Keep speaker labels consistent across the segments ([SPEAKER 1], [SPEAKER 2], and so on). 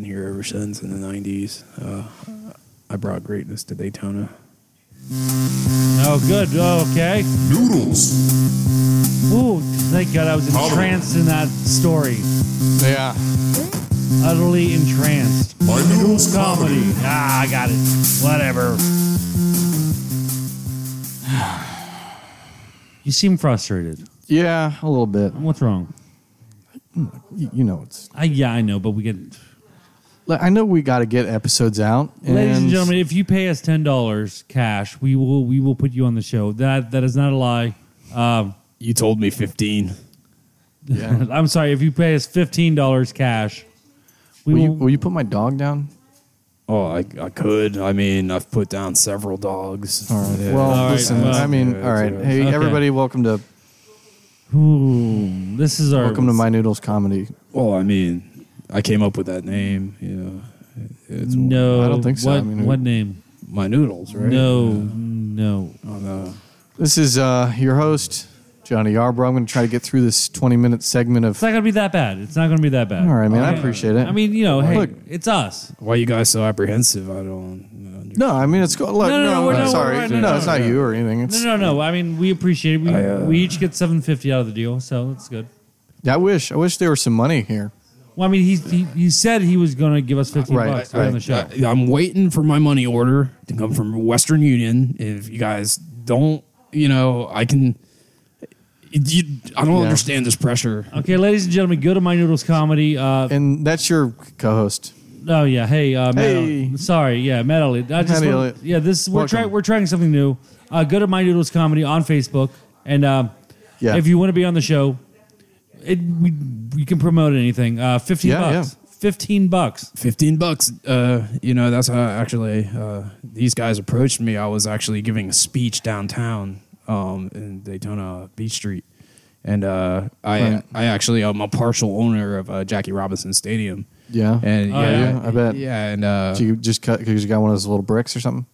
[SPEAKER 1] been here ever since in the 90s. Uh, I brought greatness to Daytona.
[SPEAKER 2] Oh, good. Oh, okay.
[SPEAKER 3] Noodles.
[SPEAKER 2] Ooh, thank God I was
[SPEAKER 3] Hold on.
[SPEAKER 2] entranced in that story.
[SPEAKER 4] Yeah.
[SPEAKER 2] Utterly entranced.
[SPEAKER 3] By Noodles Comedy.
[SPEAKER 2] Ah, I got it. Whatever. You seem frustrated.
[SPEAKER 4] Yeah, a little bit.
[SPEAKER 2] What's wrong?
[SPEAKER 4] You, you know, it's.
[SPEAKER 2] I yeah, I know, but we get
[SPEAKER 4] Like, I know we got to get episodes out.
[SPEAKER 2] Ladies and gentlemen, if you pay us ten dollars cash, we will we will put you on the show. That that is not a lie. Um,
[SPEAKER 1] You told me 15.
[SPEAKER 4] Yeah.
[SPEAKER 2] I'm sorry, if you pay us fifteen dollars cash, we
[SPEAKER 4] will,
[SPEAKER 2] will,
[SPEAKER 4] you, will you put my dog down?
[SPEAKER 1] Oh, I, I could. I mean, I've put down several dogs.
[SPEAKER 4] All right.
[SPEAKER 1] Yeah.
[SPEAKER 4] Well,
[SPEAKER 2] All right,
[SPEAKER 4] listen.
[SPEAKER 2] well-
[SPEAKER 4] I mean,
[SPEAKER 1] Yeah,
[SPEAKER 4] all right.
[SPEAKER 1] that's-
[SPEAKER 4] Hey,
[SPEAKER 2] Okay.
[SPEAKER 4] everybody, welcome to
[SPEAKER 2] Ooh, this is our
[SPEAKER 4] welcome to my noodles comedy.
[SPEAKER 1] well, I mean, I came up with that name. You know, It- it's
[SPEAKER 2] No,
[SPEAKER 4] I don't think so.
[SPEAKER 2] What,
[SPEAKER 4] I mean,
[SPEAKER 2] what name?
[SPEAKER 1] my noodles, right?
[SPEAKER 2] No, no.
[SPEAKER 1] Yeah. Oh, no.
[SPEAKER 4] This is uh, your host Johnny Yarbrough. I'm going to try to get through this 20 minute segment of.
[SPEAKER 2] It's not gonna be that bad. It's not gonna be that bad.
[SPEAKER 4] All right, man. I appreciate it.
[SPEAKER 2] I mean, you know, hey,
[SPEAKER 4] Look.
[SPEAKER 2] it's us.
[SPEAKER 1] Why you guys so apprehensive? I don't. You know,
[SPEAKER 4] no, I mean it's cool. Look,
[SPEAKER 2] No,
[SPEAKER 4] no,
[SPEAKER 2] no, no, we're not-
[SPEAKER 4] sorry,
[SPEAKER 2] we're
[SPEAKER 4] no,
[SPEAKER 2] not-
[SPEAKER 4] it's not you or anything. It's,
[SPEAKER 2] No, no, no. I mean, we appreciate it. We,
[SPEAKER 1] I, uh,
[SPEAKER 2] we each get seven fifty out of the deal, so that's good.
[SPEAKER 4] I wish, I wish there was some money here.
[SPEAKER 2] Well, I mean, he he, he said he was gonna give us fifteen
[SPEAKER 4] Right,
[SPEAKER 2] bucks to be on
[SPEAKER 4] right.
[SPEAKER 2] the show.
[SPEAKER 1] I, am waiting for my money order to come from Western Union. If you guys don't, you know, I can. it- you, I don't
[SPEAKER 4] Yeah.
[SPEAKER 1] understand this pressure.
[SPEAKER 2] Okay, ladies and gentlemen, go to My Noodles Comedy. Uh,
[SPEAKER 4] And that's your co-host.
[SPEAKER 2] oh yeah, hey, uh, Matt
[SPEAKER 4] Hey.
[SPEAKER 2] Elliott. sorry, yeah, Matt Elliott. I just
[SPEAKER 4] Matt
[SPEAKER 2] want-
[SPEAKER 4] Elliott.
[SPEAKER 2] yeah, this we're
[SPEAKER 4] Welcome.
[SPEAKER 2] trying we're trying something new. Uh, go to My Noodles Comedy on Facebook, and uh,
[SPEAKER 4] Yeah.
[SPEAKER 2] if you want to be on the show, it, we we can promote anything. Uh, fifteen
[SPEAKER 4] Yeah,
[SPEAKER 2] bucks, fifteen bucks.
[SPEAKER 1] 15 bucks uh you know that's how actually uh these guys approached me i was actually giving a speech downtown um in daytona beach street and uh i
[SPEAKER 4] Right.
[SPEAKER 1] i actually i'm a partial owner of uh, jackie robinson stadium
[SPEAKER 4] Yeah.
[SPEAKER 1] and
[SPEAKER 2] Oh,
[SPEAKER 1] yeah,
[SPEAKER 4] yeah? I bet.
[SPEAKER 1] yeah and uh
[SPEAKER 4] So you just cut because you got one of those little bricks or something.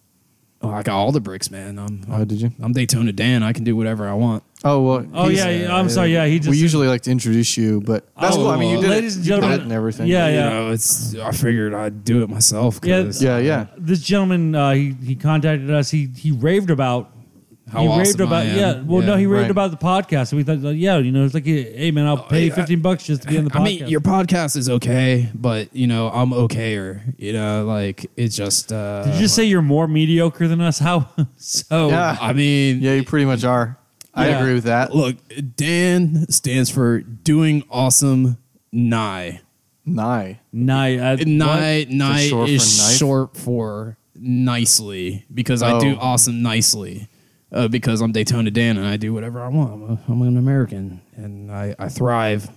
[SPEAKER 1] oh, i got all the bricks man i'm
[SPEAKER 4] Oh, did you?
[SPEAKER 1] i'm daytona dan i can do whatever i want
[SPEAKER 4] Oh well.
[SPEAKER 2] Oh
[SPEAKER 4] he's-
[SPEAKER 2] yeah, yeah, I'm sorry. Yeah, he just
[SPEAKER 4] we usually like to introduce you, but that's
[SPEAKER 2] Oh,
[SPEAKER 4] cool. I mean, you did
[SPEAKER 2] ladies
[SPEAKER 4] it.
[SPEAKER 2] and
[SPEAKER 4] You did
[SPEAKER 2] gentlemen.
[SPEAKER 4] it and everything.
[SPEAKER 2] Yeah,
[SPEAKER 1] you
[SPEAKER 2] Oh, yeah.
[SPEAKER 1] know it's i figured i'd do it myself 'cause
[SPEAKER 4] yeah, yeah.
[SPEAKER 2] this gentleman uh, he he contacted us. He he raved about
[SPEAKER 1] How
[SPEAKER 2] he
[SPEAKER 1] awesome
[SPEAKER 2] raved about
[SPEAKER 1] I am.
[SPEAKER 2] yeah. Well, no,
[SPEAKER 1] Yeah,
[SPEAKER 2] he raved
[SPEAKER 4] right.
[SPEAKER 2] about the podcast. And we thought, like, yeah, you know, it's like, hey man, I'll pay
[SPEAKER 1] Oh, yeah.
[SPEAKER 2] fifteen bucks just to be on the podcast.
[SPEAKER 1] I mean, your podcast is okay, but you know, I'm okayer. You know, like it's just. Uh,
[SPEAKER 2] Did you just say you're more mediocre than us? How so?
[SPEAKER 4] Yeah.
[SPEAKER 1] I mean,
[SPEAKER 4] Yeah, you pretty much are. I
[SPEAKER 2] Yeah.
[SPEAKER 4] agree with that.
[SPEAKER 1] look, Dan stands for doing awesome. Nye,
[SPEAKER 4] Nye.
[SPEAKER 2] Nye, uh, what?
[SPEAKER 1] nye, nye
[SPEAKER 4] Just short for
[SPEAKER 1] is
[SPEAKER 4] knife?
[SPEAKER 1] short for nicely because I do
[SPEAKER 4] Oh.
[SPEAKER 1] awesome nicely. Uh, because I'm Daytona Dan and I do whatever I want. I'm, a, I'm an American and I, I thrive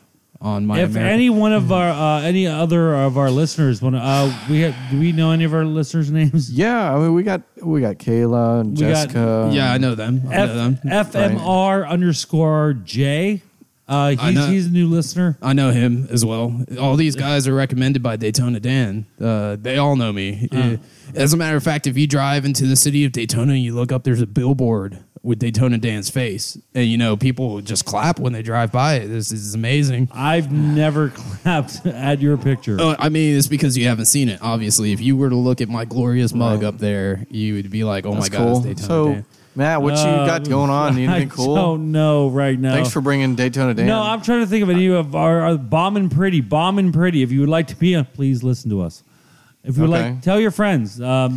[SPEAKER 1] on my.
[SPEAKER 2] If
[SPEAKER 1] American-
[SPEAKER 2] any one
[SPEAKER 4] Hmm.
[SPEAKER 2] of our uh, any other of our listeners want to, uh, we have, do we know any of our listeners' names?
[SPEAKER 4] Yeah, I mean, we got we got Kayla and
[SPEAKER 2] We got-
[SPEAKER 4] Jessica.
[SPEAKER 1] yeah, I know them. I know them.
[SPEAKER 2] F- FMR underscore J. Uh, he's,
[SPEAKER 1] know.
[SPEAKER 2] he's a new listener.
[SPEAKER 1] I know him as well. All these guys are recommended by Daytona Dan. Uh, they all know me.
[SPEAKER 2] Uh-huh.
[SPEAKER 1] Uh, as a matter of fact, if you drive into the city of Daytona and you look up, there's a billboard with Daytona Dan's face, and you know people just clap when they drive by it. This is amazing.
[SPEAKER 2] I've never clapped at your picture.
[SPEAKER 4] Oh,
[SPEAKER 1] Uh, I mean, it's because you haven't seen it. Obviously, if you were to look at my glorious mug up there, you would be like, "Oh
[SPEAKER 4] that's
[SPEAKER 1] my god,
[SPEAKER 4] cool.
[SPEAKER 1] it's Daytona
[SPEAKER 4] so,
[SPEAKER 1] Dan."
[SPEAKER 4] Matt, what you got going on? Anything
[SPEAKER 2] Uh, I
[SPEAKER 4] cool?
[SPEAKER 2] don't know right now.
[SPEAKER 4] Thanks for bringing Daytona Dan.
[SPEAKER 2] No, I'm trying to think of any of our, our bomb and pretty, bomb and pretty. If you would like to be on, please listen to us. If you would
[SPEAKER 4] Okay.
[SPEAKER 2] like, tell your friends, because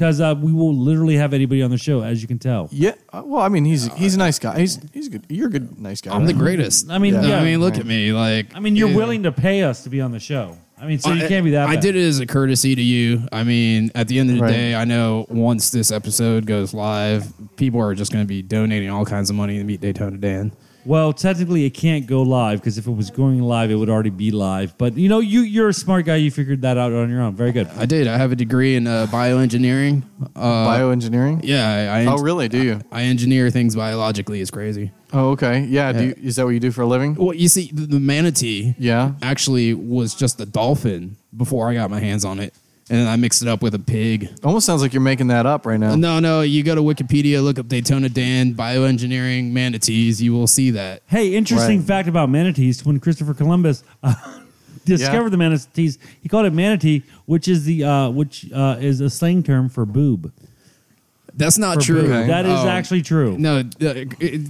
[SPEAKER 2] uh, we will literally have anybody on the show, as you can tell.
[SPEAKER 4] yeah. uh, Well, I mean, he's he's a nice guy. He's he's good. You're a good, nice guy.
[SPEAKER 1] I'm the
[SPEAKER 4] right?
[SPEAKER 1] greatest.
[SPEAKER 2] uh, I mean,
[SPEAKER 4] Yeah.
[SPEAKER 2] yeah.
[SPEAKER 1] I mean, look at me. Like,
[SPEAKER 2] I mean, you're
[SPEAKER 1] yeah.
[SPEAKER 2] willing to pay us to be on the show. I mean, so you can't be that.
[SPEAKER 1] I
[SPEAKER 2] bad.
[SPEAKER 1] did it as a courtesy to you. I mean, at the end of the
[SPEAKER 4] Right.
[SPEAKER 1] day, I know once this episode goes live, people are just going to be donating all kinds of money to meet Daytona Dan.
[SPEAKER 2] Well, technically, it can't go live because if it was going live, it would already be live. But you know, you you're a smart guy. You figured that out on your own. Very good.
[SPEAKER 1] I did. I have a degree in uh, bioengineering. Uh,
[SPEAKER 4] bioengineering.
[SPEAKER 1] yeah, I, I,
[SPEAKER 4] Oh, really? Do you?
[SPEAKER 1] I engineer things biologically. It's crazy.
[SPEAKER 4] Oh, okay. Yeah. Do
[SPEAKER 1] Yeah.
[SPEAKER 4] you, is that what you do for a living?
[SPEAKER 1] Well, you see, the, the manatee
[SPEAKER 4] Yeah.
[SPEAKER 1] actually was just a dolphin before I got my hands on it. And then I mixed it up with a pig.
[SPEAKER 4] Almost sounds like you're making that up right now.
[SPEAKER 1] No, no, you go to Wikipedia, look up Daytona Dan, bioengineering, manatees, you will see that.
[SPEAKER 2] Hey, interesting
[SPEAKER 4] Right.
[SPEAKER 2] fact about manatees: when Christopher Columbus uh, discovered the manatees. He called it manatee, which is the uh, which uh, is a slang term for boob.
[SPEAKER 1] That's not
[SPEAKER 2] For
[SPEAKER 1] true.
[SPEAKER 2] boob. That is
[SPEAKER 1] Um,
[SPEAKER 2] actually true.
[SPEAKER 1] No, uh,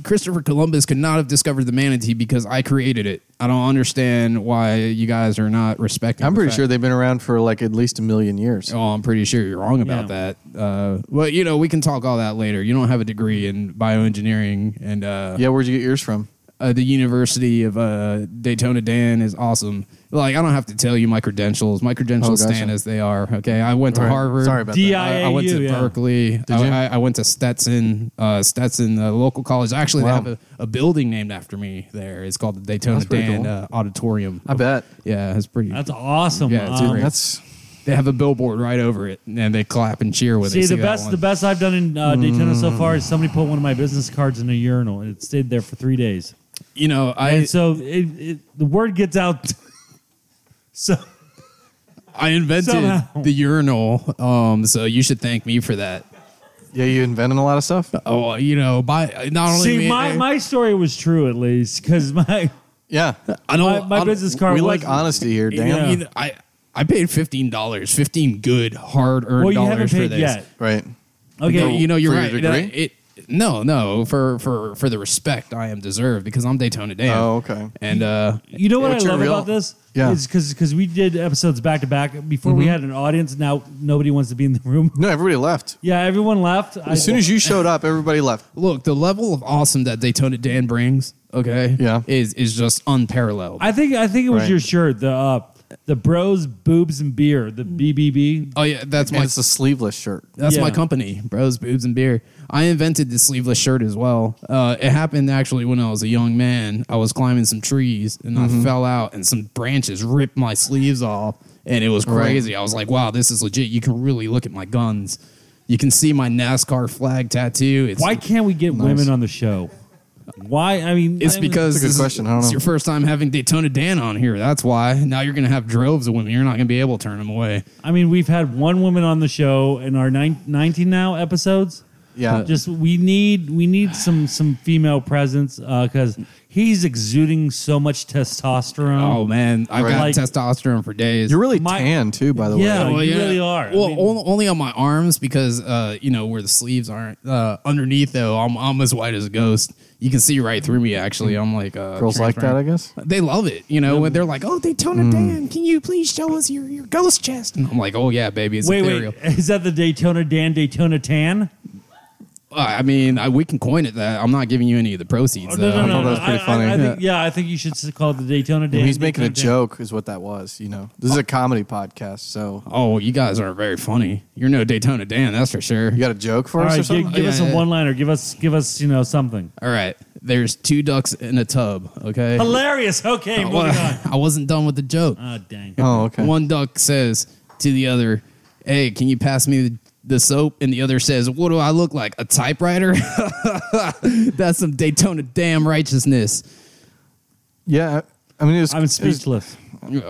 [SPEAKER 1] Christopher Columbus could not have discovered the manatee because I created it. I don't understand why you guys are not respecting.
[SPEAKER 4] I'm
[SPEAKER 1] the
[SPEAKER 4] pretty
[SPEAKER 1] fact-
[SPEAKER 4] sure they've been around for like at least a million years.
[SPEAKER 1] Oh, I'm pretty sure you're wrong about
[SPEAKER 2] Yeah.
[SPEAKER 1] that. Uh, well, you know, we can talk all that later. You don't have a degree in bioengineering, and uh,
[SPEAKER 4] Yeah, where'd you get yours from?
[SPEAKER 1] uh, the University of uh, Daytona Dan is awesome. Like, I don't have to tell you my credentials. My credentials
[SPEAKER 4] Oh, gotcha.
[SPEAKER 1] stand as they are. Okay, I went to
[SPEAKER 4] All right.
[SPEAKER 1] Harvard.
[SPEAKER 4] Sorry about
[SPEAKER 2] D-
[SPEAKER 4] that.
[SPEAKER 1] I, I went to
[SPEAKER 2] IAU, yeah.
[SPEAKER 1] Berkeley.
[SPEAKER 4] you?
[SPEAKER 1] I, I, I went to Stetson, uh, Stetson uh, local college. Actually,
[SPEAKER 4] Wow.
[SPEAKER 1] they have a, a building named after me there. It's called the Daytona
[SPEAKER 4] That's pretty
[SPEAKER 1] Dan
[SPEAKER 4] cool.
[SPEAKER 1] uh, Auditorium.
[SPEAKER 4] I bet.
[SPEAKER 1] Yeah, it's pretty.
[SPEAKER 2] That's awesome.
[SPEAKER 1] Yeah, it's
[SPEAKER 2] Um,
[SPEAKER 1] great.
[SPEAKER 4] That's
[SPEAKER 1] they have a billboard right over it, and they clap and cheer when
[SPEAKER 2] See
[SPEAKER 1] they see
[SPEAKER 2] the
[SPEAKER 1] that
[SPEAKER 2] best
[SPEAKER 1] one.
[SPEAKER 2] the best I've done in uh, Daytona so far is somebody put one of my business cards in a urinal and it stayed there for three days.
[SPEAKER 1] You know, I
[SPEAKER 2] and so it, it, the word gets out. so
[SPEAKER 1] I invented
[SPEAKER 2] Somehow.
[SPEAKER 1] the urinal, um, so you should thank me for that.
[SPEAKER 4] yeah. You inventing a lot of stuff.
[SPEAKER 2] Uh,
[SPEAKER 1] Oh, you know, by not only
[SPEAKER 2] see,
[SPEAKER 1] me-
[SPEAKER 2] my, my story was true at least because my
[SPEAKER 4] Yeah,
[SPEAKER 2] uh,
[SPEAKER 1] I don't
[SPEAKER 2] my- my
[SPEAKER 1] I don't-
[SPEAKER 2] business card
[SPEAKER 4] we
[SPEAKER 2] was-
[SPEAKER 4] like honesty here,
[SPEAKER 1] You know,
[SPEAKER 4] Dan.
[SPEAKER 2] Yeah.
[SPEAKER 1] you- I I paid fifteen dollars, fifteen good hard earned
[SPEAKER 2] well you haven't
[SPEAKER 1] dollars for
[SPEAKER 2] paid
[SPEAKER 1] this.
[SPEAKER 2] yet.
[SPEAKER 4] Right.
[SPEAKER 1] Yeah,
[SPEAKER 2] Okay,
[SPEAKER 1] you know, you're
[SPEAKER 4] for your
[SPEAKER 1] right.
[SPEAKER 4] degree?
[SPEAKER 1] It, it- no, no, for for for the respect I am deserved because I'm Daytona Dan.
[SPEAKER 4] Oh, okay.
[SPEAKER 1] And uh,
[SPEAKER 2] You know what
[SPEAKER 4] What's
[SPEAKER 2] I
[SPEAKER 4] your
[SPEAKER 2] love
[SPEAKER 4] real-
[SPEAKER 2] about this?
[SPEAKER 4] Yeah.
[SPEAKER 2] because we did episodes back to back before we had an audience. Now nobody wants to be in the room.
[SPEAKER 4] No, everybody left.
[SPEAKER 2] Yeah, everyone left.
[SPEAKER 4] As soon as you showed up, everybody left.
[SPEAKER 1] look, the level of awesome that Daytona Dan brings, okay,
[SPEAKER 4] Yeah.
[SPEAKER 1] is is just unparalleled.
[SPEAKER 2] I think I think it was
[SPEAKER 4] Right.
[SPEAKER 2] your shirt, the uh, the Bros Boobs and Beer, the BBB.
[SPEAKER 1] oh yeah, that's
[SPEAKER 4] And
[SPEAKER 1] my
[SPEAKER 4] it's a sleeveless shirt.
[SPEAKER 1] that's my
[SPEAKER 2] Yeah.
[SPEAKER 1] company, Bros Boobs and Beer. I invented the sleeveless shirt as well. Uh, it happened actually when I was a young man. I was climbing some trees and
[SPEAKER 4] Mm-hmm.
[SPEAKER 1] I fell out, and some branches ripped my sleeves off, and it was
[SPEAKER 4] Right.
[SPEAKER 1] crazy. I was like, "Wow, this is legit. You can really look at my guns. You can see my NASCAR flag tattoo. It's
[SPEAKER 2] Why can't we get women on the show? Why? I mean,
[SPEAKER 1] It's
[SPEAKER 2] I-
[SPEAKER 1] because
[SPEAKER 4] That's a good
[SPEAKER 1] this is-
[SPEAKER 4] question. I don't
[SPEAKER 1] it's
[SPEAKER 4] know.
[SPEAKER 1] your first time having Daytona Dan on here. That's why. Now you're going to have droves of women. You're not going to be able to turn them away.
[SPEAKER 2] I mean, we've had one woman on the show in our nine, 19 now episodes.
[SPEAKER 4] Yeah.
[SPEAKER 2] Just we need we need some some female presence because he's exuding so much testosterone.
[SPEAKER 1] Oh man, I've got
[SPEAKER 2] Right.
[SPEAKER 1] testosterone for days.
[SPEAKER 4] You're really
[SPEAKER 2] My-
[SPEAKER 4] tan too, by the
[SPEAKER 2] Yeah.
[SPEAKER 4] way.
[SPEAKER 2] Oh, you really are. I
[SPEAKER 1] Well,
[SPEAKER 2] mean-
[SPEAKER 1] on- only on my arms because uh, you know where the sleeves aren't. Uh, underneath though, I'm I'm as white as a ghost. You can see right through me. Actually, I'm like uh,
[SPEAKER 4] Girls like that, I
[SPEAKER 1] transparent.
[SPEAKER 4] guess. Hmm.
[SPEAKER 1] They love it, you know, when they're like, "Oh, Daytona Dan, can you please show us your, your ghost chest?" And I'm like, "Oh yeah, baby, it's
[SPEAKER 2] wait,
[SPEAKER 1] ethereal."
[SPEAKER 2] wait, is that the Daytona Dan Daytona Tan?
[SPEAKER 1] Uh, I mean, I, we can coin it that. I'm not giving you any of the proceeds.
[SPEAKER 2] Oh,
[SPEAKER 1] though.
[SPEAKER 4] I thought that was pretty funny.
[SPEAKER 2] I, think, yeah, I think you should s- call it the Daytona Dan.
[SPEAKER 4] He's making a
[SPEAKER 2] Daytona Dan.
[SPEAKER 4] joke, is what that was. You know, this is a comedy podcast, so
[SPEAKER 1] Oh, you guys aren't very funny. You're no Daytona Dan, that's for sure.
[SPEAKER 4] you got a joke for
[SPEAKER 2] All
[SPEAKER 4] us or
[SPEAKER 2] right, gi-
[SPEAKER 4] something?
[SPEAKER 2] give,
[SPEAKER 1] Yeah,
[SPEAKER 2] us
[SPEAKER 1] yeah.
[SPEAKER 2] a one-liner. Give us, give us, you know, something
[SPEAKER 1] All right. There's two ducks in a tub, okay?
[SPEAKER 2] hilarious. Okay,
[SPEAKER 1] Oh,
[SPEAKER 2] moving on.
[SPEAKER 1] I wasn't done with the joke.
[SPEAKER 2] Oh dang!
[SPEAKER 4] Oh, okay.
[SPEAKER 1] One duck says to the other, Hey, can you pass me the, the soap? And the other says, What do I look like? A typewriter? That's some Daytona damn righteousness.
[SPEAKER 4] Yeah, I mean, it was,
[SPEAKER 2] I'm
[SPEAKER 4] it was-
[SPEAKER 2] speechless.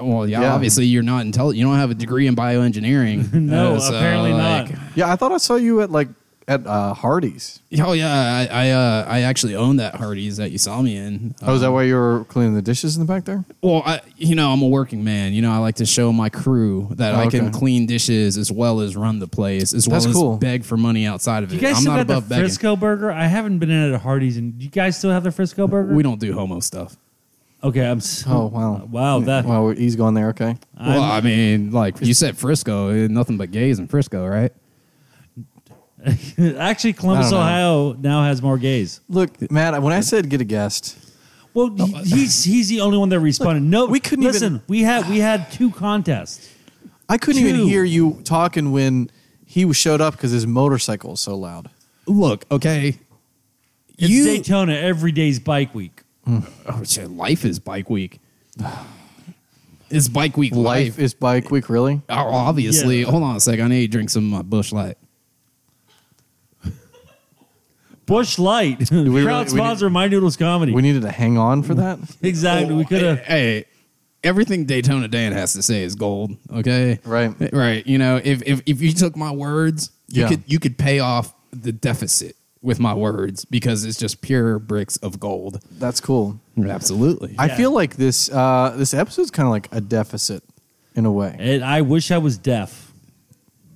[SPEAKER 1] Well, yeah,
[SPEAKER 4] Yeah.
[SPEAKER 1] obviously you're not intelligent. You don't have a degree in bioengineering.
[SPEAKER 2] No,
[SPEAKER 1] Uh, so,
[SPEAKER 2] apparently
[SPEAKER 1] like,
[SPEAKER 2] not.
[SPEAKER 4] Yeah, I thought I saw you at like at uh, Hardee's.
[SPEAKER 1] Oh yeah, I I, uh, I actually own that Hardee's that you saw me in.
[SPEAKER 4] Oh,
[SPEAKER 2] Um,
[SPEAKER 4] is that why you were cleaning the dishes in the back there?
[SPEAKER 1] Well, I, you know, I'm a working man. You know, I like to show my crew that I can
[SPEAKER 4] Okay.
[SPEAKER 1] clean dishes as well as run the place, as
[SPEAKER 4] That's
[SPEAKER 1] well
[SPEAKER 4] cool.
[SPEAKER 1] as beg for money outside of it.
[SPEAKER 2] You guys
[SPEAKER 1] I'm
[SPEAKER 2] still
[SPEAKER 1] not
[SPEAKER 2] got the
[SPEAKER 1] above begging.
[SPEAKER 2] Frisco burger? I haven't been in at a Hardee's, and you guys still have the Frisco burger?
[SPEAKER 1] We don't do homo stuff.
[SPEAKER 2] Okay, I'm. So,
[SPEAKER 4] Oh, wow,
[SPEAKER 2] Uh, Wow, that-
[SPEAKER 4] wow, he's going there. Okay,
[SPEAKER 1] well, I mean, like you said, Frisco, eh, nothing but gays in Frisco, right?
[SPEAKER 2] Actually, Columbus,
[SPEAKER 4] I don't know.
[SPEAKER 2] Ohio now has more gays.
[SPEAKER 4] look, Matt, when I said get a guest,
[SPEAKER 2] Well, he- he's he's the only one that responded. no,
[SPEAKER 4] we couldn't
[SPEAKER 2] listen.
[SPEAKER 4] even-
[SPEAKER 2] we had we had two contests.
[SPEAKER 4] I couldn't
[SPEAKER 2] Two.
[SPEAKER 4] even hear you talking when he showed up because his motorcycle was so loud.
[SPEAKER 1] Look, okay,
[SPEAKER 2] It's
[SPEAKER 1] you
[SPEAKER 2] Daytona every day's bike week.
[SPEAKER 1] oh, shit, life is bike week. It's bike week
[SPEAKER 4] Life
[SPEAKER 1] life.
[SPEAKER 4] is bike week, really?
[SPEAKER 1] Oh, obviously,
[SPEAKER 2] Yeah.
[SPEAKER 1] hold on a second. I need to drink some of my Bush Light.
[SPEAKER 2] Bush Light, proud
[SPEAKER 4] we really- we
[SPEAKER 2] sponsor of My Noodles Comedy.
[SPEAKER 4] We needed to hang on for that.
[SPEAKER 2] exactly, we could have.
[SPEAKER 1] Oh, Hey, everything Daytona Dan has to say is gold. Okay, Eh,
[SPEAKER 4] Right.
[SPEAKER 1] right. You know, if if, if you took my words, you
[SPEAKER 4] Yeah.
[SPEAKER 1] could you could pay off the deficit. with my words because it's just pure bricks of gold.
[SPEAKER 4] That's cool.
[SPEAKER 1] Absolutely.
[SPEAKER 4] I feel like this uh, this episode's kind of like a deficit in a way.
[SPEAKER 2] And I wish I was deaf.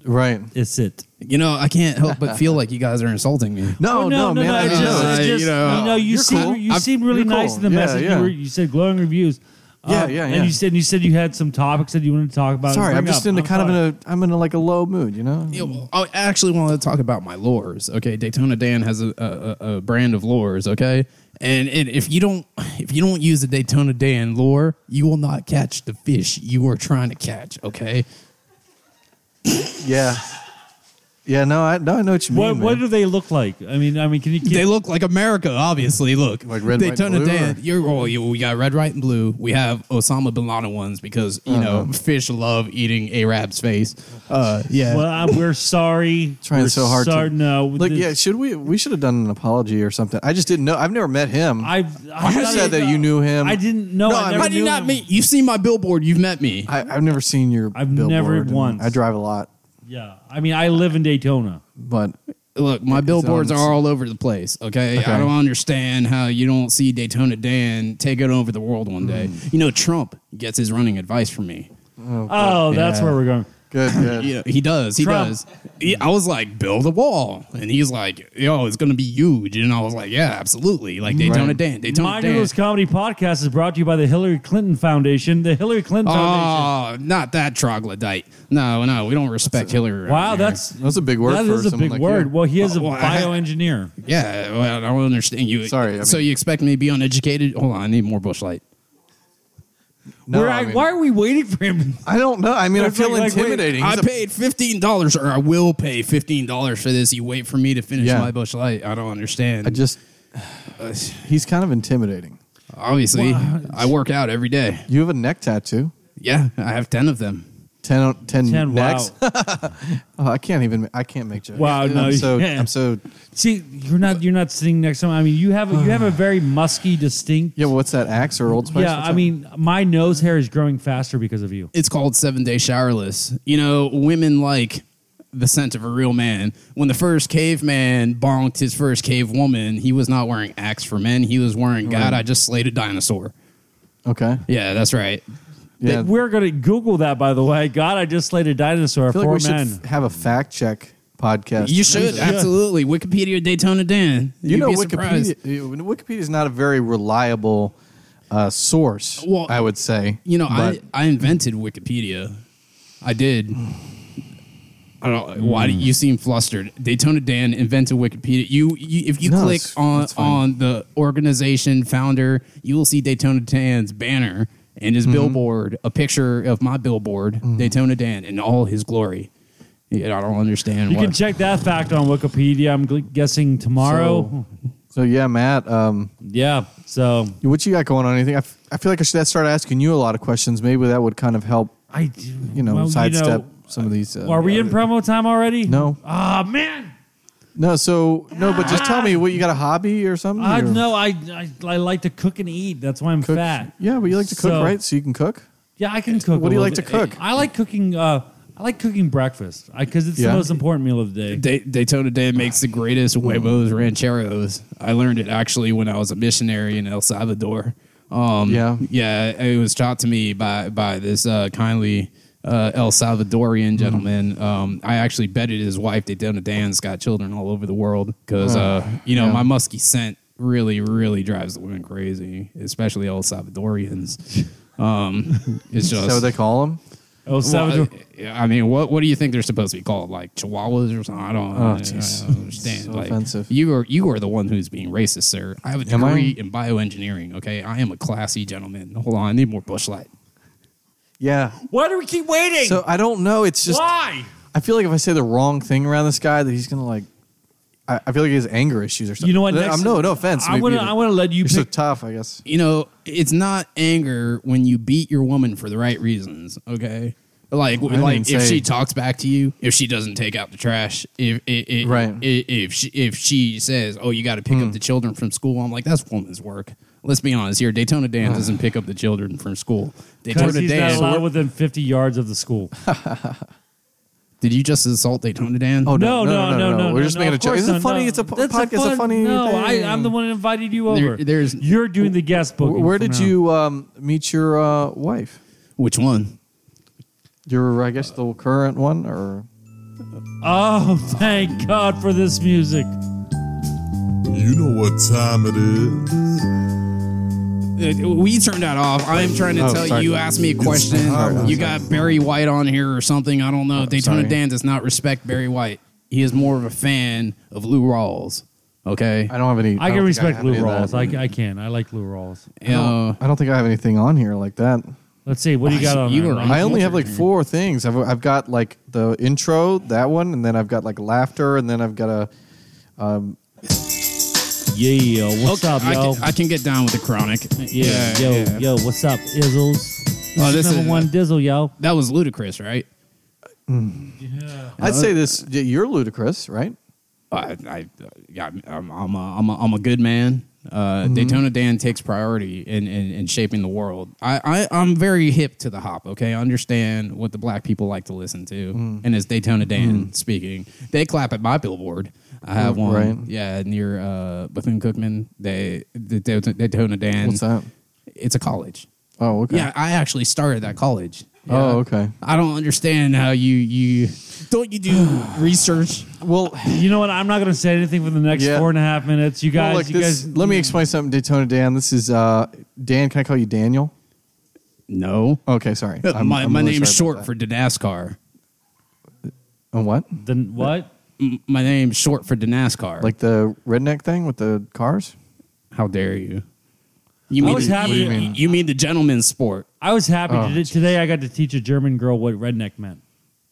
[SPEAKER 4] Right.
[SPEAKER 2] It's it.
[SPEAKER 1] you know, I can't help but feel like you guys are insulting me.
[SPEAKER 4] No,
[SPEAKER 2] Oh,
[SPEAKER 4] no, man. I
[SPEAKER 2] it's
[SPEAKER 4] don't
[SPEAKER 2] just,
[SPEAKER 4] know.
[SPEAKER 2] it's
[SPEAKER 1] I-
[SPEAKER 2] just-
[SPEAKER 1] you know,
[SPEAKER 2] you
[SPEAKER 4] you're
[SPEAKER 2] seem
[SPEAKER 4] cool.
[SPEAKER 2] you
[SPEAKER 4] I'm-
[SPEAKER 2] seem really
[SPEAKER 4] you're
[SPEAKER 2] nice
[SPEAKER 4] cool.
[SPEAKER 2] in the
[SPEAKER 4] Yeah,
[SPEAKER 2] message.
[SPEAKER 4] yeah.
[SPEAKER 2] You, were, you said glowing reviews. Um,
[SPEAKER 4] Yeah, yeah, yeah.
[SPEAKER 2] And you said you said you had some topics that you wanted to talk about. and
[SPEAKER 4] sorry,
[SPEAKER 2] bring
[SPEAKER 4] I'm
[SPEAKER 2] up.
[SPEAKER 4] just in a kind
[SPEAKER 2] sorry.
[SPEAKER 4] of in a I'm in a, like a low mood. You know.
[SPEAKER 1] Yeah, well, I actually want to talk about my lures. Okay, Daytona Dan has a, a, a- a brand of lures. Okay, and, and if you don't if you don't use a Daytona Dan lure, you will not catch the fish you are trying to catch. Okay,
[SPEAKER 4] Yeah. Yeah. No, I no, I know what you mean.
[SPEAKER 2] What, what
[SPEAKER 4] man.
[SPEAKER 2] do they look like? I mean, I mean, can you? Can,
[SPEAKER 1] they look like America. Obviously, look
[SPEAKER 4] Like red, white, and
[SPEAKER 1] Daytona
[SPEAKER 4] blue,
[SPEAKER 1] Dan.
[SPEAKER 4] or-
[SPEAKER 1] You're oh, you, we got red, white, and blue. We have Osama bin Laden ones because you know
[SPEAKER 4] Uh-huh.
[SPEAKER 1] fish love eating Arab's face. Uh, yeah.
[SPEAKER 2] well, I, we're sorry.
[SPEAKER 4] Trying
[SPEAKER 2] We're
[SPEAKER 4] so hard
[SPEAKER 2] sorry,
[SPEAKER 4] to
[SPEAKER 2] No,
[SPEAKER 4] Like,
[SPEAKER 2] this-
[SPEAKER 4] yeah, should we? We should have done an apology or something. I just didn't know. I've never met him.
[SPEAKER 2] I, I
[SPEAKER 4] You
[SPEAKER 2] thought
[SPEAKER 4] said
[SPEAKER 2] I-
[SPEAKER 4] that you knew him.
[SPEAKER 2] I didn't know.
[SPEAKER 4] No,
[SPEAKER 2] I
[SPEAKER 4] I
[SPEAKER 2] never
[SPEAKER 1] How do you
[SPEAKER 2] knew
[SPEAKER 1] not
[SPEAKER 2] him.
[SPEAKER 1] meet? You've seen my billboard. You've met me.
[SPEAKER 4] I, I've never seen your.
[SPEAKER 2] I've never
[SPEAKER 4] billboard, and
[SPEAKER 2] once.
[SPEAKER 4] I drive a lot,
[SPEAKER 2] Yeah, I mean, I live in Daytona.
[SPEAKER 4] but
[SPEAKER 1] Look, my billboards
[SPEAKER 4] on-
[SPEAKER 1] are all over the place. Okay?
[SPEAKER 4] Okay.
[SPEAKER 1] I don't understand how you don't see Daytona Dan take it over the world one day. You know, Trump gets his running advice from me.
[SPEAKER 2] Oh, that's
[SPEAKER 4] Yeah.
[SPEAKER 2] where we're going.
[SPEAKER 4] good, good.
[SPEAKER 1] Yeah, he does. He
[SPEAKER 2] Trump.
[SPEAKER 1] does. He- I was like, build a wall, and he's like, yo, it's gonna be huge, and I was like, yeah, absolutely. Like Daytona
[SPEAKER 4] Right.
[SPEAKER 1] Dan, Daytona
[SPEAKER 2] My
[SPEAKER 1] Dan.
[SPEAKER 2] Noodles Comedy Podcast is brought to you by the Hillary Clinton Foundation. The Hillary Clinton Foundation.
[SPEAKER 1] Oh, not that troglodyte. No, no, we don't respect Hillary. around
[SPEAKER 2] Wow,
[SPEAKER 1] here.
[SPEAKER 2] that's
[SPEAKER 4] That's a big word
[SPEAKER 2] That
[SPEAKER 4] for
[SPEAKER 2] is a
[SPEAKER 4] someone
[SPEAKER 2] big
[SPEAKER 4] like
[SPEAKER 2] word.
[SPEAKER 4] you.
[SPEAKER 2] Well, he is a
[SPEAKER 1] Well, I-
[SPEAKER 2] bioengineer.
[SPEAKER 1] yeah. Well, I don't understand you.
[SPEAKER 4] Sorry, I
[SPEAKER 1] so
[SPEAKER 4] mean-
[SPEAKER 1] you expect me to be uneducated? Hold on, I need more bushlight.
[SPEAKER 4] No,
[SPEAKER 2] We're-
[SPEAKER 4] I mean-
[SPEAKER 2] why are we waiting for him?
[SPEAKER 4] I don't know. I mean, I
[SPEAKER 2] Like-
[SPEAKER 4] feel
[SPEAKER 2] like- like, wait,
[SPEAKER 4] intimidating.
[SPEAKER 1] I
[SPEAKER 4] He's a-
[SPEAKER 1] paid fifteen dollars, or I will pay fifteen dollars for this. You wait for me to finish
[SPEAKER 4] Yeah.
[SPEAKER 1] my bush light. I don't understand.
[SPEAKER 4] I just he's kind of intimidating.
[SPEAKER 1] obviously I work out every day.
[SPEAKER 4] You have a neck tattoo.
[SPEAKER 1] Yeah, I have ten of them.
[SPEAKER 4] 10, on- 10
[SPEAKER 2] Ten.
[SPEAKER 4] necks.
[SPEAKER 2] Wow.
[SPEAKER 4] Oh, I can't even. I can't make jokes.
[SPEAKER 2] Wow, no,
[SPEAKER 4] I'm so
[SPEAKER 2] yeah.
[SPEAKER 4] I'm so.
[SPEAKER 2] See, you're not you're not sitting next to him. I mean, you have you have a very musky, distinct.
[SPEAKER 4] Yeah, well, what's that? Axe or Old Spice?
[SPEAKER 2] yeah,
[SPEAKER 4] What's
[SPEAKER 2] I
[SPEAKER 4] that?
[SPEAKER 2] mean, my nose hair is growing faster because of you.
[SPEAKER 1] It's called seven day showerless. You know, women like the scent of a real man. When the first caveman bonked his first cave woman, he was not wearing axe for men. He was wearing God, I just slayed a dinosaur.
[SPEAKER 4] Okay.
[SPEAKER 1] Yeah, that's right.
[SPEAKER 4] Yeah.
[SPEAKER 2] That- We're gonna Google that, by the way. God, I just slayed a dinosaur
[SPEAKER 4] I feel like
[SPEAKER 2] for
[SPEAKER 4] we
[SPEAKER 2] men.
[SPEAKER 4] should f- have a fact check podcast.
[SPEAKER 1] You should absolutely Wikipedia Daytona Dan.
[SPEAKER 4] You
[SPEAKER 1] You'd
[SPEAKER 4] know,
[SPEAKER 1] be surprised.
[SPEAKER 4] Wikipedia. Wikipedia is not a very reliable uh, source.
[SPEAKER 1] Well,
[SPEAKER 4] I would say.
[SPEAKER 1] You know, I,
[SPEAKER 4] But-
[SPEAKER 1] I invented Wikipedia. I did. I don't know why do you seem flustered. Daytona Dan invented Wikipedia. You, you if you
[SPEAKER 4] No,
[SPEAKER 1] click
[SPEAKER 4] it's-
[SPEAKER 1] on
[SPEAKER 4] it's fine.
[SPEAKER 1] on the organization founder, you will see Daytona Dan's banner and
[SPEAKER 4] Mm-hmm.
[SPEAKER 1] his billboard, a picture of my billboard, Daytona Dan in all his glory. Yeah, I don't understand
[SPEAKER 2] you
[SPEAKER 1] why.
[SPEAKER 2] can check that fact on Wikipedia. I'm gl- guessing tomorrow.
[SPEAKER 4] So yeah, Matt. Um,
[SPEAKER 2] yeah. So
[SPEAKER 4] what you got going on? Anything? I, f- I feel like I should start asking you a lot of questions. Maybe that would kind of help.
[SPEAKER 2] I do.
[SPEAKER 4] You know,
[SPEAKER 2] well,
[SPEAKER 4] sidestep
[SPEAKER 2] know,
[SPEAKER 4] some of these. Uh,
[SPEAKER 2] are we in promo time already?
[SPEAKER 4] No.
[SPEAKER 2] Ah man.
[SPEAKER 4] No. So no, but just tell me what you got a hobby or something.
[SPEAKER 2] I
[SPEAKER 4] or-
[SPEAKER 2] no, I, I I like to cook and eat. That's why I'm
[SPEAKER 4] Cook?
[SPEAKER 2] fat.
[SPEAKER 4] Yeah, but you like to cook,
[SPEAKER 2] So-
[SPEAKER 4] right? So you can cook.
[SPEAKER 2] Yeah, I can cook.
[SPEAKER 4] What
[SPEAKER 2] a
[SPEAKER 4] do you
[SPEAKER 2] little
[SPEAKER 4] like to
[SPEAKER 2] bit.
[SPEAKER 4] cook?
[SPEAKER 2] I like cooking. Uh, I like cooking breakfast because it's
[SPEAKER 4] Yeah.
[SPEAKER 2] the most important meal of the day.
[SPEAKER 1] Day- Daytona Dan makes the greatest huevos rancheros. I learned it actually when I was a missionary in El Salvador. Um,
[SPEAKER 4] Yeah.
[SPEAKER 1] yeah, it was taught to me by by this uh, kindly uh, El
[SPEAKER 4] Hmm.
[SPEAKER 1] Salvadorian gentleman. Um, I actually betted his wife Daytona Dan's got children all over the world because uh, you know
[SPEAKER 4] yeah.
[SPEAKER 1] my musky scent really really drives the women crazy, especially El Salvadorians. Um, it's
[SPEAKER 4] Is
[SPEAKER 1] just
[SPEAKER 4] that what they call them?
[SPEAKER 2] Oh, Salvador.
[SPEAKER 1] well, I I mean, what what do you think they're supposed to be called? Like chihuahuas or something? I don't, I don't
[SPEAKER 4] jeez.
[SPEAKER 1] understand.
[SPEAKER 4] So
[SPEAKER 1] like,
[SPEAKER 4] offensive.
[SPEAKER 1] You are you are the one who's being racist, sir. I have a
[SPEAKER 4] Am I?
[SPEAKER 1] degree in bioengineering. Okay, I am a classy gentleman. Hold on, I need more bushlight.
[SPEAKER 4] Yeah.
[SPEAKER 2] Why do we keep waiting?
[SPEAKER 4] So I don't know. It's just
[SPEAKER 2] why?
[SPEAKER 4] I feel like if I say the wrong thing around this guy, that he's gonna like. I, I feel like he has anger issues or something.
[SPEAKER 2] You know what?
[SPEAKER 4] Th-
[SPEAKER 2] Next,
[SPEAKER 4] I'm Uh, no no offense.
[SPEAKER 2] I
[SPEAKER 4] maybe,
[SPEAKER 2] want to.
[SPEAKER 4] but
[SPEAKER 2] I want to let you
[SPEAKER 4] You're so
[SPEAKER 2] pick.
[SPEAKER 4] tough, I guess.
[SPEAKER 1] You know, it's not anger when you beat your woman for the right reasons. Okay. Like,
[SPEAKER 4] didn't
[SPEAKER 1] like if
[SPEAKER 4] say-
[SPEAKER 1] she talks back to you, if she doesn't take out the trash, if if, if,
[SPEAKER 4] Right. Hmm.
[SPEAKER 1] if, if she if she says, "Oh, you got to pick up the children from school," I'm like, "That's woman's work." Let's be honest here. Daytona Dan doesn't pick up the children from school.
[SPEAKER 2] Because
[SPEAKER 1] Daytona
[SPEAKER 2] he's not
[SPEAKER 1] Dan,
[SPEAKER 2] allowed within 50 yards of the school.
[SPEAKER 1] Did you just insult Daytona Dan?
[SPEAKER 4] Oh,
[SPEAKER 2] No, no, no, no, no.
[SPEAKER 4] We're just
[SPEAKER 2] no,
[SPEAKER 4] making a
[SPEAKER 2] of
[SPEAKER 4] joke.
[SPEAKER 2] course
[SPEAKER 4] It's a
[SPEAKER 2] not,
[SPEAKER 4] funny.
[SPEAKER 2] no.
[SPEAKER 4] It's a po-
[SPEAKER 2] That's
[SPEAKER 4] podcast. It's a
[SPEAKER 2] fun-
[SPEAKER 4] funny.
[SPEAKER 2] No, I,
[SPEAKER 4] thing.
[SPEAKER 2] I'm the one that invited you
[SPEAKER 1] There-
[SPEAKER 2] over.
[SPEAKER 1] there's-
[SPEAKER 2] you're doing the guest
[SPEAKER 4] Wh-
[SPEAKER 2] booking.
[SPEAKER 4] Where
[SPEAKER 2] from
[SPEAKER 4] did
[SPEAKER 2] now.
[SPEAKER 4] you um, meet your uh, wife?
[SPEAKER 1] Which one?
[SPEAKER 4] Your, I guess, the current one, or
[SPEAKER 2] Oh, thank God for this music.
[SPEAKER 3] You know what time it is.
[SPEAKER 1] Uh, We turned that off. I am trying to
[SPEAKER 4] Oh,
[SPEAKER 1] tell
[SPEAKER 4] sorry.
[SPEAKER 1] you. You asked me a question.
[SPEAKER 4] Sorry, I'm
[SPEAKER 1] you got Barry White on here or something. I don't know. Daytona
[SPEAKER 4] sorry.
[SPEAKER 1] Dan does not respect Barry White. He is more of a fan of Lou Rawls. Okay.
[SPEAKER 4] I don't have
[SPEAKER 2] I
[SPEAKER 4] any.
[SPEAKER 2] can
[SPEAKER 4] don't think
[SPEAKER 2] respect
[SPEAKER 4] have
[SPEAKER 2] Lou
[SPEAKER 4] any of that.
[SPEAKER 2] Rawls. I, I can. I like Lou Rawls.
[SPEAKER 4] I
[SPEAKER 1] Uh,
[SPEAKER 4] don't, I don't think I have anything on here like that.
[SPEAKER 2] Let's see. What do you got on
[SPEAKER 1] You
[SPEAKER 2] there?
[SPEAKER 1] were on-
[SPEAKER 4] I only have like
[SPEAKER 1] Culture, man.
[SPEAKER 4] four things. I've, I've got like the intro, that one, and then I've got like laughter, and then I've got a.
[SPEAKER 2] Yeah. What's
[SPEAKER 1] okay,
[SPEAKER 2] up,
[SPEAKER 1] I,
[SPEAKER 2] yo?
[SPEAKER 1] can, I can get down with the chronic.
[SPEAKER 2] yeah, Yo, yo. What's up, Izzles?
[SPEAKER 1] Oh, this
[SPEAKER 2] number
[SPEAKER 1] is-
[SPEAKER 4] uh,
[SPEAKER 2] one Dizzle, yo.
[SPEAKER 1] That was ludicrous, right?
[SPEAKER 4] I'd say this. y- You're ludicrous, right?
[SPEAKER 1] I, I, yeah, I'm, I'm, a, I'm, a, I'm a good man. Uh,
[SPEAKER 4] Mm-hmm.
[SPEAKER 1] Daytona Dan takes priority in, in, in shaping the world. I, I, I'm very hip to the hop, okay? I understand what the black people like to listen to.
[SPEAKER 4] Mm.
[SPEAKER 1] And it's Daytona Dan speaking. They clap at my billboard. I have
[SPEAKER 4] Mm,
[SPEAKER 1] one.
[SPEAKER 4] right.
[SPEAKER 1] Yeah, near uh, Bethune Cookman. They, the Daytona- Daytona Dan.
[SPEAKER 4] What's that?
[SPEAKER 1] It's a college.
[SPEAKER 4] Oh, okay.
[SPEAKER 1] Yeah, I actually started that college. Yeah.
[SPEAKER 4] Oh, okay.
[SPEAKER 1] I don't understand how you you don't you do research.
[SPEAKER 4] Well,
[SPEAKER 2] You know what? I'm not going to say anything for the next
[SPEAKER 4] Yeah.
[SPEAKER 2] four and a half minutes. You
[SPEAKER 4] well,
[SPEAKER 2] guys,
[SPEAKER 4] like
[SPEAKER 2] you
[SPEAKER 4] this,
[SPEAKER 2] guys.
[SPEAKER 4] let me explain something, Daytona Dan. This is uh, Dan. Can I call you Daniel?
[SPEAKER 1] No,
[SPEAKER 4] Okay, sorry. I'm-
[SPEAKER 1] my
[SPEAKER 4] I'm
[SPEAKER 1] my
[SPEAKER 4] really
[SPEAKER 1] name's
[SPEAKER 4] sorry about
[SPEAKER 1] short for DNASCAR.
[SPEAKER 4] that. Uh, what?
[SPEAKER 2] The, what?
[SPEAKER 1] M- My name's short for DNASCAR.
[SPEAKER 4] Like the redneck thing with the cars?
[SPEAKER 1] how dare you? You
[SPEAKER 2] I
[SPEAKER 1] mean
[SPEAKER 2] was
[SPEAKER 1] the,
[SPEAKER 2] happy
[SPEAKER 1] you,
[SPEAKER 2] to-
[SPEAKER 1] mean? you mean the gentleman's sport?
[SPEAKER 2] I was happy
[SPEAKER 4] Oh,
[SPEAKER 2] to- today. I got to teach a German girl what redneck meant.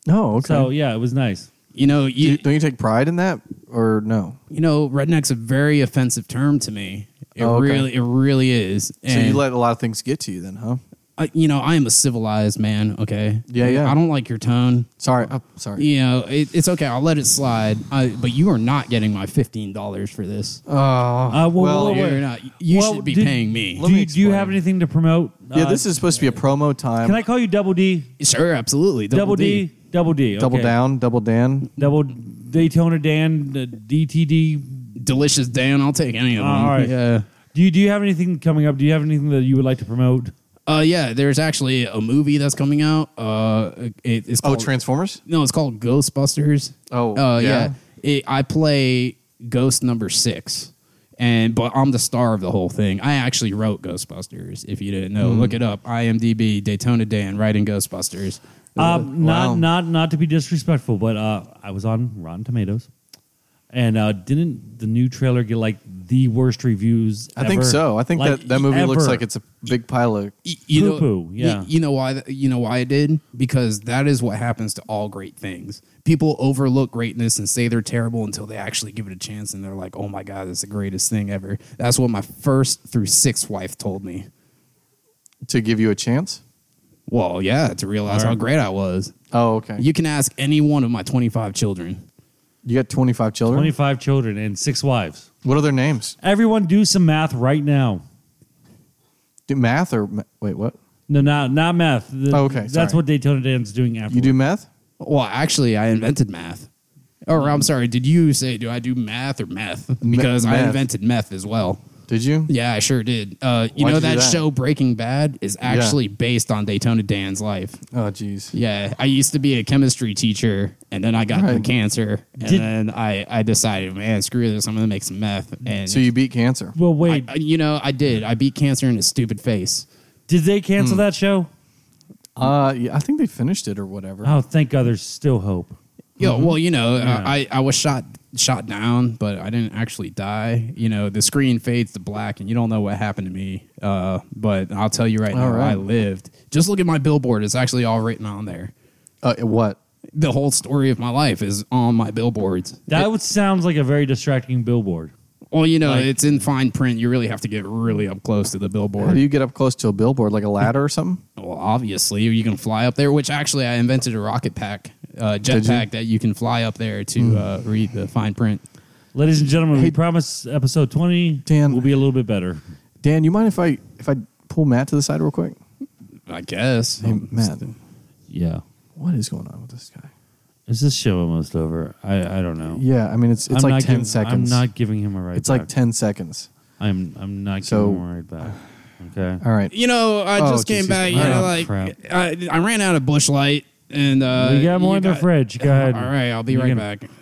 [SPEAKER 4] No, okay.
[SPEAKER 2] So yeah, it was nice.
[SPEAKER 1] You know,
[SPEAKER 4] Do
[SPEAKER 1] you
[SPEAKER 4] you, don't you take pride in that, or no?
[SPEAKER 1] you know, redneck's a very offensive term to me. It
[SPEAKER 4] Oh, okay.
[SPEAKER 1] really, it really is. And
[SPEAKER 4] So you let a lot of things get to you, then, huh?
[SPEAKER 1] I, you know, I am a civilized man. Okay.
[SPEAKER 4] Yeah, yeah.
[SPEAKER 1] I don't like your tone.
[SPEAKER 4] Sorry, oh, sorry.
[SPEAKER 1] You know, it, it's okay. I'll let it slide. I, but you are not getting my fifteen dollars for this.
[SPEAKER 4] Oh,
[SPEAKER 2] Uh, well,
[SPEAKER 4] well,
[SPEAKER 2] well,
[SPEAKER 1] You're
[SPEAKER 2] wait.
[SPEAKER 1] not. You
[SPEAKER 2] Well,
[SPEAKER 1] should be
[SPEAKER 2] did-
[SPEAKER 1] paying me.
[SPEAKER 4] Let
[SPEAKER 2] do,
[SPEAKER 4] me
[SPEAKER 2] you, do you
[SPEAKER 4] explain.
[SPEAKER 2] have anything to promote?
[SPEAKER 4] yeah.
[SPEAKER 2] Uh,
[SPEAKER 4] This is supposed to be a promo time.
[SPEAKER 2] Can I call you Double D?
[SPEAKER 1] sure, absolutely.
[SPEAKER 2] Double D. Double D.
[SPEAKER 4] double
[SPEAKER 2] okay.
[SPEAKER 4] down, double Dan?
[SPEAKER 2] Double Daytona Dan. uh, DTD.
[SPEAKER 1] Delicious Dan. I'll take any of them.
[SPEAKER 2] Ah, all right.
[SPEAKER 1] Yeah.
[SPEAKER 2] Do you do you have anything coming up? Do you have anything that you would like to promote?
[SPEAKER 1] Uh, yeah. There's actually a movie that's coming out. Uh, it, it's
[SPEAKER 4] Oh,
[SPEAKER 1] called
[SPEAKER 4] Transformers.
[SPEAKER 1] no, it's called Ghostbusters.
[SPEAKER 4] Oh,
[SPEAKER 1] Uh,
[SPEAKER 4] yeah.
[SPEAKER 1] yeah. It, I play Ghost number six, and but I'm the star of the whole thing. I actually wrote Ghostbusters. If you didn't
[SPEAKER 4] Hmm.
[SPEAKER 1] know, look it up. IMDb Daytona Dan writing Ghostbusters.
[SPEAKER 4] Uh,
[SPEAKER 2] Um, not
[SPEAKER 4] Wow.
[SPEAKER 2] not not to be disrespectful, but uh, I was on Rotten Tomatoes, and uh, didn't the new trailer get like the worst reviews?
[SPEAKER 4] I think
[SPEAKER 2] ever?
[SPEAKER 4] so. I think
[SPEAKER 2] Like,
[SPEAKER 4] that that movie looks
[SPEAKER 2] ever.
[SPEAKER 4] like it's a big pile of.
[SPEAKER 1] Y- you
[SPEAKER 2] Poo-poo,
[SPEAKER 1] know,
[SPEAKER 2] yeah.
[SPEAKER 1] y- You know why? th- You know why I did? Because that is what happens to all great things. People overlook greatness and say they're terrible until they actually give it a chance, and they're like, "Oh my god, it's the greatest thing ever." That's what my first through sixth wife told me.
[SPEAKER 4] to give you a chance.
[SPEAKER 1] Well, yeah, to realize
[SPEAKER 2] All right.
[SPEAKER 1] how great I was.
[SPEAKER 4] Oh, okay. You,
[SPEAKER 1] You can ask any one of my twenty-five children.
[SPEAKER 4] got 25 children.
[SPEAKER 2] Twenty-five children and six wives.
[SPEAKER 4] What are their names?
[SPEAKER 2] Everyone, do some math right now.
[SPEAKER 4] Do math or ma- wait? What
[SPEAKER 2] No, not not math. The-
[SPEAKER 4] Oh, okay,
[SPEAKER 2] that's
[SPEAKER 4] sorry.
[SPEAKER 2] what Daytona Dan's doing after.
[SPEAKER 4] you do math?
[SPEAKER 1] Well, actually, I invented math. Or I'm sorry, did you say do I do math or meth? Because I
[SPEAKER 4] meth.
[SPEAKER 1] invented meth as well.
[SPEAKER 4] Did you?
[SPEAKER 1] Yeah, I sure did. Uh, you
[SPEAKER 4] Why'd
[SPEAKER 1] know
[SPEAKER 4] you do
[SPEAKER 1] that,
[SPEAKER 4] that?
[SPEAKER 1] show Breaking Bad is actually based on Daytona Dan's life.
[SPEAKER 4] Oh, jeez.
[SPEAKER 1] Yeah, I used to be a chemistry teacher, and then I got the
[SPEAKER 4] Right.
[SPEAKER 1] cancer, and
[SPEAKER 2] Did-
[SPEAKER 1] then I, I decided, man, screw this, I'm gonna make some meth. And
[SPEAKER 4] So you beat cancer.
[SPEAKER 2] Well, wait.
[SPEAKER 1] I, I- you know, I did. I beat cancer in a stupid face.
[SPEAKER 2] did they
[SPEAKER 4] hmm.
[SPEAKER 2] cancel that show?
[SPEAKER 4] Uh, yeah, I think they finished it or whatever.
[SPEAKER 2] Oh, thank God, there's still hope.
[SPEAKER 1] Yo,
[SPEAKER 4] Mm-hmm.
[SPEAKER 1] well, you know, uh,
[SPEAKER 2] Yeah.
[SPEAKER 1] I, I was shot shot down, but I didn't actually die. You know, the screen fades to black, and you don't know what happened to me. Uh, but I'll tell you right
[SPEAKER 4] All
[SPEAKER 1] now,
[SPEAKER 4] right.
[SPEAKER 1] I lived. Just look at my billboard; it's actually all written on there.
[SPEAKER 4] Uh, what?
[SPEAKER 1] the whole story of my life is on my billboards.
[SPEAKER 2] That would sounds like a very distracting billboard.
[SPEAKER 1] Well, you know, it's in fine print. You really have to get really up close to the
[SPEAKER 4] How
[SPEAKER 1] billboard.
[SPEAKER 4] do you get up close to a billboard, like a ladder or something?
[SPEAKER 1] well, obviously, you can fly up there. Which actually, I invented a rocket pack, uh,
[SPEAKER 4] Did you?
[SPEAKER 1] jetpack that you can fly up there to
[SPEAKER 2] Hmm.
[SPEAKER 1] uh, read the fine print.
[SPEAKER 2] Ladies and gentlemen, we promise episode 20
[SPEAKER 4] Dan.
[SPEAKER 2] will be a little bit better.
[SPEAKER 4] Dan, you mind if I if I pull Matt to the side real quick?
[SPEAKER 1] I guess.
[SPEAKER 4] Hey, Matt,
[SPEAKER 2] Yeah.
[SPEAKER 4] what is going on with this guy?
[SPEAKER 2] Is this show almost over? I, I don't know.
[SPEAKER 4] Yeah, I mean it's it's
[SPEAKER 2] I'm
[SPEAKER 4] like
[SPEAKER 2] not
[SPEAKER 4] ten
[SPEAKER 2] giv-
[SPEAKER 4] seconds.
[SPEAKER 2] I'm not giving him a right.
[SPEAKER 4] it's
[SPEAKER 2] back.
[SPEAKER 4] like ten seconds.
[SPEAKER 2] I'm I'm not
[SPEAKER 4] So- uh,
[SPEAKER 2] giving him a right back. Okay.
[SPEAKER 4] All right.
[SPEAKER 1] You know, I
[SPEAKER 4] Oh,
[SPEAKER 1] just
[SPEAKER 4] geez,
[SPEAKER 1] came back. You
[SPEAKER 2] oh,
[SPEAKER 1] know, like
[SPEAKER 2] crap.
[SPEAKER 1] I, I ran out of bush light, and uh,
[SPEAKER 2] we got more
[SPEAKER 1] you
[SPEAKER 2] in the fridge. Go
[SPEAKER 1] All
[SPEAKER 2] ahead.
[SPEAKER 1] right, I'll be
[SPEAKER 2] You
[SPEAKER 1] right
[SPEAKER 2] can-
[SPEAKER 1] back.